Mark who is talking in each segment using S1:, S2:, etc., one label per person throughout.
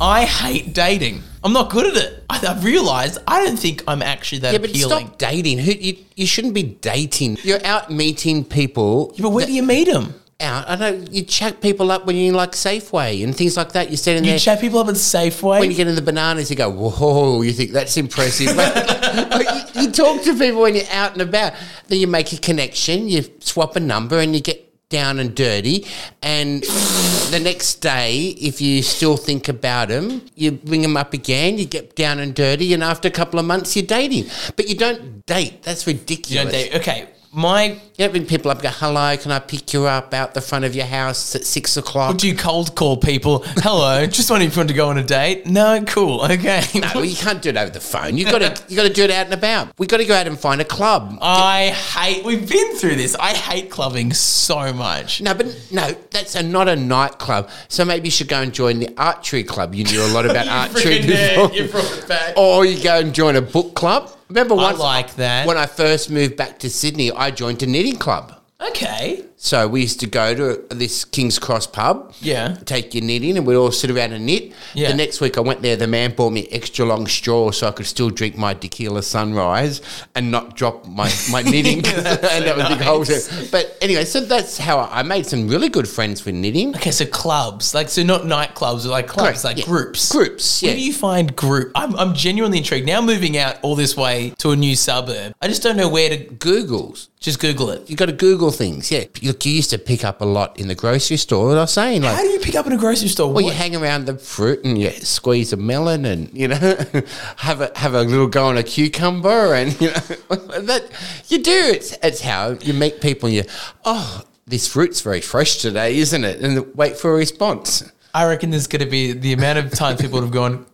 S1: I hate dating. I'm not good at it. I, I've realized I don't think I'm actually that
S2: Yeah, but
S1: appealing.
S2: stop dating. Who you, you shouldn't be dating. You're out meeting people.
S1: Yeah, but where do you meet them?
S2: out. I know you chat people up when you're in like Safeway and things like that. You're sitting
S1: You
S2: there.
S1: chat people up at Safeway.
S2: when you get in the bananas, you go, whoa, you think that's impressive. Like, you, you talk to people when you're out and about. Then you make a connection, you swap a number, and you get down and dirty. And the next day, if you still think about them, you bring them up again, you get down and dirty. And after a couple of months, you're dating. But you don't date. That's ridiculous.
S1: You don't date. Okay, my
S2: You don't bring people up and go, hello, can I pick you up out the front of your house at six o'clock?
S1: do you cold call people? Hello, just wondering if you want to go on a date. No, cool, okay.
S2: No, well, you can't do it over the phone. You got to you got to do it out and about. We got to go out and find a club.
S1: I hate. We've been through this. I hate clubbing so much.
S2: No, but no, that's a, not a nightclub. So maybe you should go and join the archery club. You knew a lot about archery
S1: Freaking heck,
S2: before.
S1: you brought it back.
S2: Or you go and join a book club. Remember
S1: I
S2: Oh, once
S1: like that.
S2: when I first moved back to Sydney, I joined a knitting club.
S1: okay.
S2: So we used to go to this King's Cross pub.
S1: Yeah.
S2: Take your knit in and we'd all sit around and knit.
S1: Yeah.
S2: The next week I went there, the man bought me extra long straw so I could still drink my tequila sunrise and not drop my, my knitting. and that was the whole thing. But anyway, so that's how I, I made some really good friends with knitting.
S1: Okay, so clubs, like so, not nightclubs, but like clubs,
S2: Correct,
S1: like
S2: yeah.
S1: groups.
S2: Groups,
S1: Where
S2: yeah.
S1: do you find group? I'm, I'm genuinely intrigued. Now moving out all this way to a new suburb, I just don't know where to.
S2: Googles.
S1: Just Google it.
S2: You got to Google things. Yeah. Look, you used to pick up a lot in the grocery store. What I was saying, like,
S1: How do you pick up in a grocery store?
S2: Well,
S1: What-
S2: you hang around the fruit and you squeeze a melon and you know have a have a little go on a cucumber and you know that you do. It's it's how you meet people. and You oh, this fruit's very fresh today, isn't it? And wait for a response.
S1: I reckon there's going to be the amount of times people would have gone,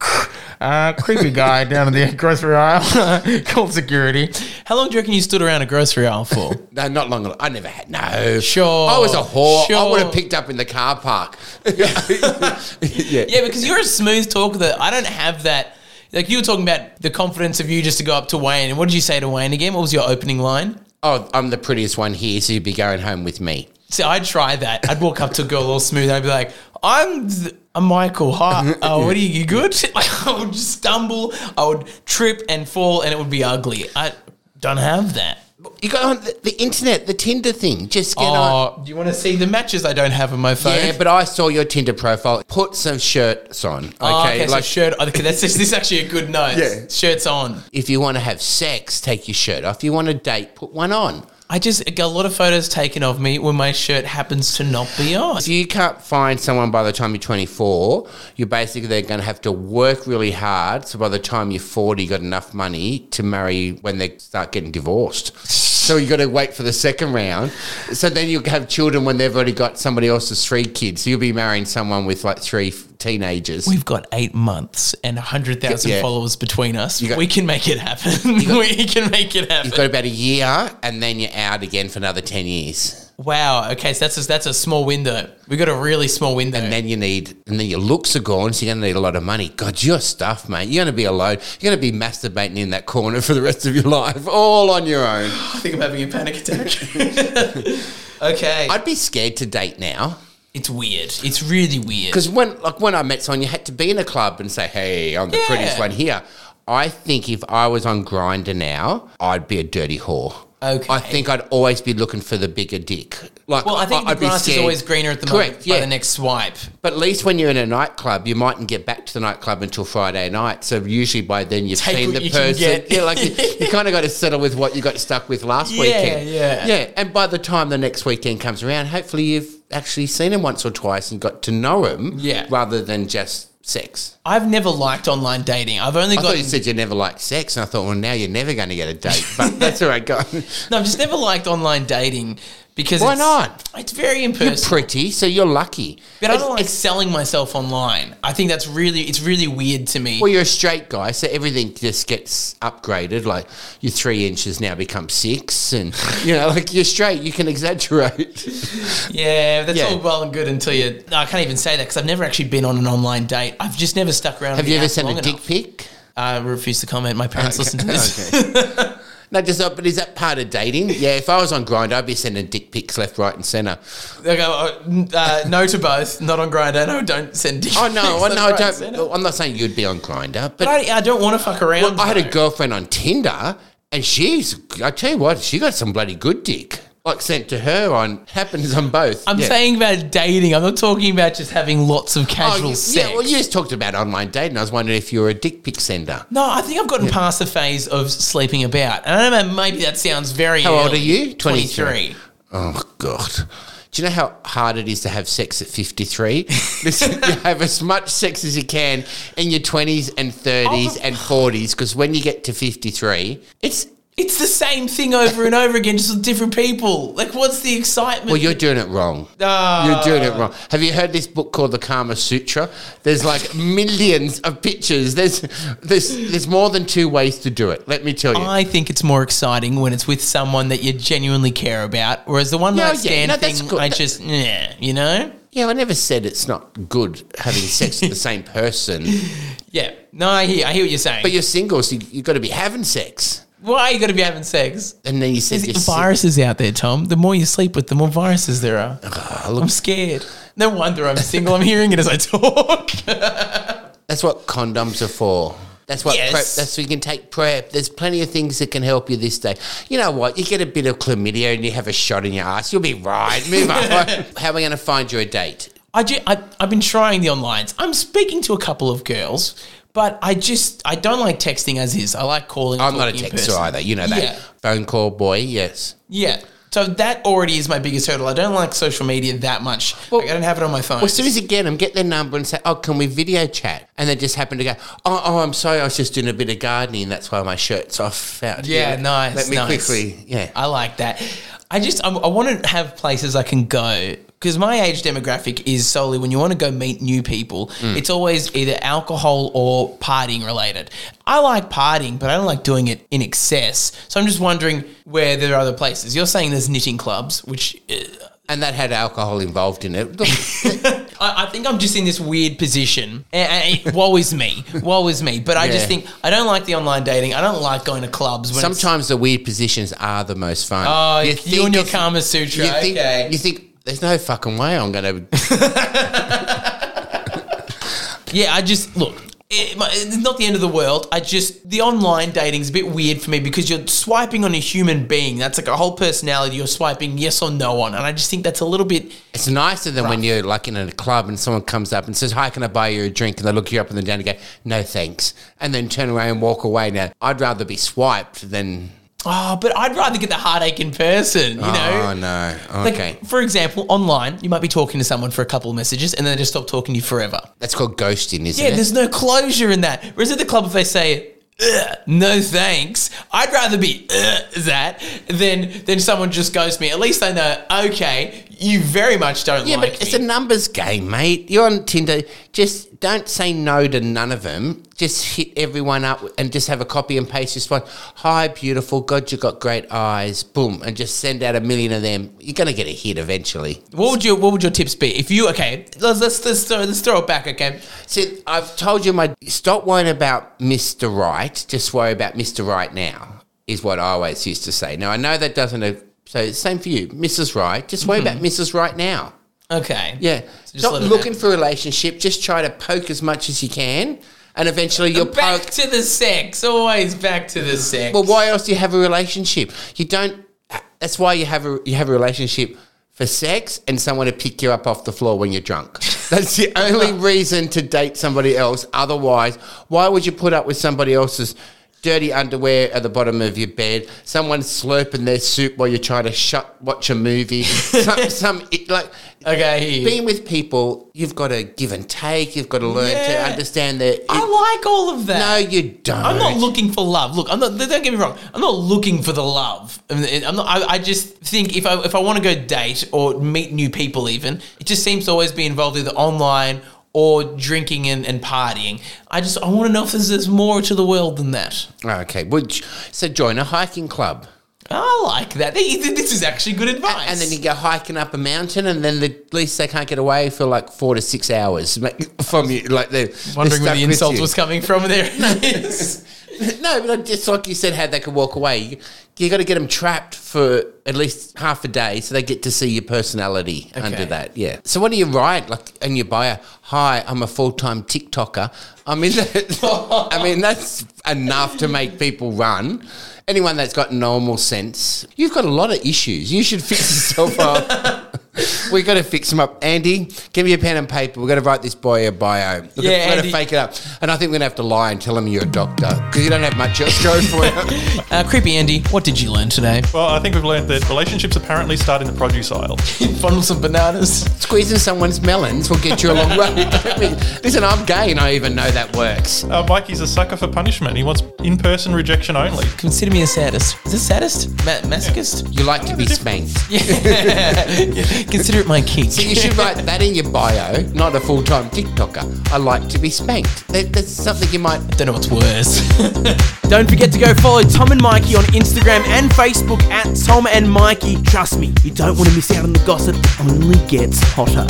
S1: uh, creepy guy down in the grocery aisle, called security. How long do you reckon you stood around a grocery aisle for?
S2: No, not long. ago. I never had. No,
S1: Sure,
S2: I was a whore. I
S1: sure.
S2: would have picked up in the car park. yeah.
S1: yeah, because you're a smooth talker that I don't have that. Like you were talking about the confidence of you just to go up to Wayne. And what did you say to Wayne again? What was your opening line?
S2: Oh, I'm the prettiest one here, so you'd be going home with me.
S1: See, I'd try that. I'd walk up to a girl all smooth. And I'd be like, I'm, th- I'm Michael Hart. Oh, what are you, you good? I would just stumble. I would trip and fall and it would be ugly. I don't have that.
S2: You got on the, the internet, the Tinder thing. Just get on.
S1: Oh, do you want to see the matches I don't have on my phone?
S2: Yeah, but I saw your Tinder profile. Put some shirts on. Okay.
S1: Oh, okay,
S2: like
S1: so shirt. Okay, that's this is actually a good note.
S2: Yeah.
S1: Shirts on.
S2: if you want to have sex, take your shirt off. If you want to date, put one on.
S1: I just got a lot of photos taken of me when my shirt happens to not be on.
S2: If you can't find someone by the time you're 24, you're basically they're going to have to work really hard. So by the time you're 40, you got enough money to marry when they start getting divorced. So you got to wait for the second round. So then you'll have children when they've already got somebody else's three kids. So you'll be marrying someone with like three f- teenagers.
S1: We've got eight months and 100,000
S2: Yeah.
S1: followers between us.
S2: got-
S1: we can make it happen. we can make it happen.
S2: You've got about a year, and then you're out again for another 10 years.
S1: wow. Okay, so that's a, that's a small window. we got a really small window.
S2: And then you need, and then your looks are gone, so you're going to need a lot of money. God, you're stuffed, mate. You're going to be alone. You're going to be masturbating in that corner for the rest of your life, all on your own.
S1: I think I'm having a panic attack. okay.
S2: I'd be scared to date now.
S1: it's weird. It's really weird.
S2: Because when, like, when I met someone, you had to be in a club and say, hey, I'm the
S1: Yeah.
S2: prettiest one here. I think if I was on Grinder now, I'd be a dirty whore.
S1: Okay.
S2: I think I'd always be looking for the bigger dick. Like,
S1: Well, I think
S2: I'd
S1: the
S2: be
S1: grass is
S2: scared.
S1: always greener at the moment
S2: Correct, yeah.
S1: by the next swipe.
S2: But at least when you're in a nightclub, you mightn't get back to the nightclub until Friday night. So usually by then you've
S1: Take
S2: seen
S1: what
S2: the
S1: you can
S2: person.
S1: get.
S2: Yeah, like you, you kind of got to settle with what you got stuck with last
S1: Yeah,
S2: weekend.
S1: yeah.
S2: yeah. And by the time the next weekend comes around, hopefully you've actually seen him once or twice and got to know him.
S1: Yeah.
S2: rather than just sex.
S1: I've never liked online dating. I've only
S2: I
S1: got
S2: thought you said you never liked sex, and I thought, well, now you're never going to get a date. But that's all right, go. on.
S1: no. I've just never liked online dating because
S2: Why
S1: it's,
S2: not?
S1: It's very
S2: You're
S1: impersonal.
S2: pretty, so you're lucky.
S1: But I don't
S2: It's-
S1: like selling myself online. I think that's really it's really weird to me.
S2: Well, you're a straight guy, so everything just gets upgraded. Like your three inches now become six, and you know, like you're straight, you can exaggerate.
S1: yeah, that's
S2: yeah.
S1: all well and good until you. No, I can't even say that because I've never actually been on an online date. I've just never stuck around.
S2: Have
S1: the
S2: you ever
S1: app
S2: sent a
S1: long
S2: dick
S1: enough.
S2: pic?
S1: I refuse to comment. My parents listen to this.
S2: Okay. No, just uh, but is that part of dating? Yeah, if I was on grind, I'd be sending dick pics left, right, and centre.
S1: They go, uh, uh, no to both. Not on Grinder. No, don't send dick
S2: Oh no,
S1: pics
S2: oh,
S1: left,
S2: no,
S1: right,
S2: I
S1: and centre.
S2: don't. I'm not saying you'd be on grinder, but
S1: But I, I don't want to fuck around.
S2: Well, I had
S1: though.
S2: a girlfriend on Tinder, and she's, I tell you what, she got some bloody good dick. Like sent to her on, happens on both.
S1: I'm
S2: Yeah.
S1: saying about dating. I'm not talking about just having lots of
S2: Oh,
S1: casual
S2: you-
S1: sex.
S2: Yeah, well, you just talked about online dating. I was wondering if you were a dick pic sender.
S1: no, I think I've gotten past the phase of sleeping about. And I don't know, maybe that sounds very.
S2: How old
S1: early.
S2: are you? 23.
S1: 23.
S2: Oh, God. Do you know how hard it is to have sex at 53? Listen, you have as much sex as you can in your 20s and 30s and 40s because when you get to 53, it's,
S1: It's the same thing over and over again, just with different people. Like, what's the excitement?
S2: well, you're doing it wrong.
S1: Ah.
S2: You're doing it wrong. Have you heard this book called the Kama Sutra? There's like millions of pictures. There's there's there's more than two ways to do it. Let me tell you.
S1: I think it's more exciting when it's with someone that you genuinely care about, whereas the one
S2: No,
S1: night
S2: yeah,
S1: stand
S2: no, that's
S1: thing,
S2: good.
S1: I
S2: That-
S1: just, yeah, you know,
S2: yeah, I never said it's not good having sex with the same person.
S1: yeah. No, I hear, I hear what you're saying.
S2: But you're single, so you, you've got to be having sex.
S1: Why are you going to be having sex?
S2: And then you said you're
S1: There's
S2: sing-
S1: viruses out there, Tom. The more you sleep with, the more viruses there are.
S2: Ah,
S1: I'm
S2: look,
S1: scared. No wonder I'm single. I'm hearing it as I talk.
S2: that's what condoms are for. That's what
S1: Yes.
S2: prep, that's what you can take prep. There's plenty of things that can help you this day. You know what? You get a bit of chlamydia and you have a shot in your ass. You'll be right. Move on. How are we going to find you a date?
S1: I ju- I, I've been trying the onlines. I'm speaking to a couple of girls, but I just I don't like texting as is. I like calling. and
S2: I'm not a
S1: talking in
S2: texter
S1: person.
S2: either. You know that.
S1: Yeah.
S2: Phone call boy, yes.
S1: Yeah. So that already is my biggest hurdle. I don't like social media that much. Like, I don't have it on my phone.
S2: Well, as soon as you get them, get their number and say, oh, can we video chat? And they just happen to go, oh, oh I'm sorry, I was just doing a bit of gardening. That's why my shirt's off. Out
S1: yeah,
S2: here.
S1: nice.
S2: Let me
S1: nice.
S2: quickly, yeah.
S1: I like that. I just I, I want to have places I can go because my age demographic is solely when you want to go meet new people.
S2: Mm.
S1: It's always either alcohol or partying related. I like partying, but I don't like doing it in excess. So I'm just wondering where there are other places. You're saying there's knitting clubs, which uh,
S2: and that had alcohol involved in it. Look,
S1: I, I think I'm just in this weird position. And, and woe is me, woe is me. But I
S2: Yeah.
S1: just think I don't like the online dating. I don't like going to clubs. When it's-
S2: sometimes the weird positions are the most fun.
S1: Oh, you,
S2: think
S1: and your
S2: if-
S1: Kama Sutra.
S2: you think,
S1: okay.
S2: you think, there's no fucking way I'm going to.
S1: yeah, I just look. It, my, it's not the end of the world. I just the online dating's a bit weird for me because you're swiping on a human being. That's like a whole personality. You're swiping yes or no on, and I just think that's a little bit.
S2: It's nicer than when you're like in a club and someone comes up and says, Hi, can I buy you a drink? And they look you up and then down and go, No thanks. And then turn around and walk away. Now, I'd rather be swiped than.
S1: Oh, but I'd rather get the heartache in person. You know.
S2: Oh, no.
S1: Like,
S2: Okay.
S1: For example, online, you might be talking to someone for a couple of messages and then they just stop talking to you forever.
S2: That's called ghosting, isn't
S1: Yeah,
S2: it?
S1: there's no closure in that. Whereas at the club, if they say, "Ugh, no thanks, I'd rather be "Ugh," that than, than someone just ghosts me. At least they know, okay, you very much don't
S2: Yeah,
S1: like
S2: but it's
S1: me.
S2: a numbers game, mate. You're on Tinder. Just don't say no to none of them. Just hit everyone up and just have a copy and paste response. Hi, beautiful. God, you got great eyes. Boom. And just send out a million of them. You're going to get a hit eventually.
S1: what would your What would your tips be if you? Okay, let's let's let's throw, let's throw it back. Okay,
S2: See, I've told you my stop worrying about Mr. Right. Just worry about Mr. Right now is what I always used to say. Now I know that doesn't. So same for you, Mrs. Right. Just worry about Mrs. Right now.
S1: okay,
S2: Yeah.
S1: just
S2: Stop
S1: let it
S2: looking for a relationship. Just try to poke as much as you can, and eventually you'll
S1: Back
S2: poke.
S1: to the sex, always back to the sex.
S2: Well, why else do you have a relationship? You don't. That's why you have a you have a relationship for sex and someone to pick you up off the floor when you're drunk. That's the only reason to date somebody else. Otherwise, why would you put up with somebody else's dirty underwear at the bottom of your bed? Someone slurping their soup while you're trying to shut watch a movie. some, some it- like
S1: okay, here.
S2: being with people, you've got to give and take. You've got to learn
S1: Yeah.
S2: to understand that. It,
S1: I like all of that.
S2: no, you don't.
S1: I'm not looking for love. Look, I'm not. Don't get me wrong. I'm not looking for the love. I'm I'm not. I, I just think if I if I want to go date or meet new people, even it just seems to always be involved either online or drinking and, and partying. I just I want to know if there's, there's more to the world than that.
S2: Okay, would you- so join a hiking club,
S1: I like that. Th- th- This is actually good advice.
S2: and then you go hiking up a mountain, and then the, at least they can't get away for like four to six hours ma- from you. Like they're they're
S1: wondering where
S2: stuck
S1: the
S2: with
S1: insult
S2: you.
S1: was coming from. There it is.
S2: no, but like- it's like you said, how they could walk away. You, you got to get them trapped for at least half a day so they get to see your personality under that. Yeah. So what do you write? Like, and you buy a hi, I'm a full time TikToker. I mean, that, I mean that's enough to make people run. Anyone that's got normal sense, you've got a lot of issues. You should fix yourself up. we got to fix them up. Andy, give me a pen and paper. We're going to write this boy a bio. Look,
S1: Yeah,
S2: we're going to
S1: Andy.
S2: fake it up. And I think we're going to have to lie and tell him you're a doctor because you don't have much else going for you.
S1: Uh, creepy Andy, what did you learn today?
S3: Well, I think we've learned that relationships apparently start in the produce aisle.
S1: Fondle some bananas.
S2: Squeezing someone's melons will get you a long way. I mean, Listen, I'm gay and I even know that works.
S3: Uh, Mikey's a sucker for punishment. He wants in-person rejection only.
S1: Consider me a sadist. Is it sadist? Ma- masochist?
S2: You like to be spanked.
S1: Consider it my kink.
S2: You should write that in your bio, not a full time TikToker. I like to be spanked. That, that's something you might
S1: Don't know what's worse. Don't forget to go follow Tom and Mikey on Instagram and Facebook at Tom and Mikey.
S4: Trust me, you don't want to miss out on the gossip. It only gets hotter.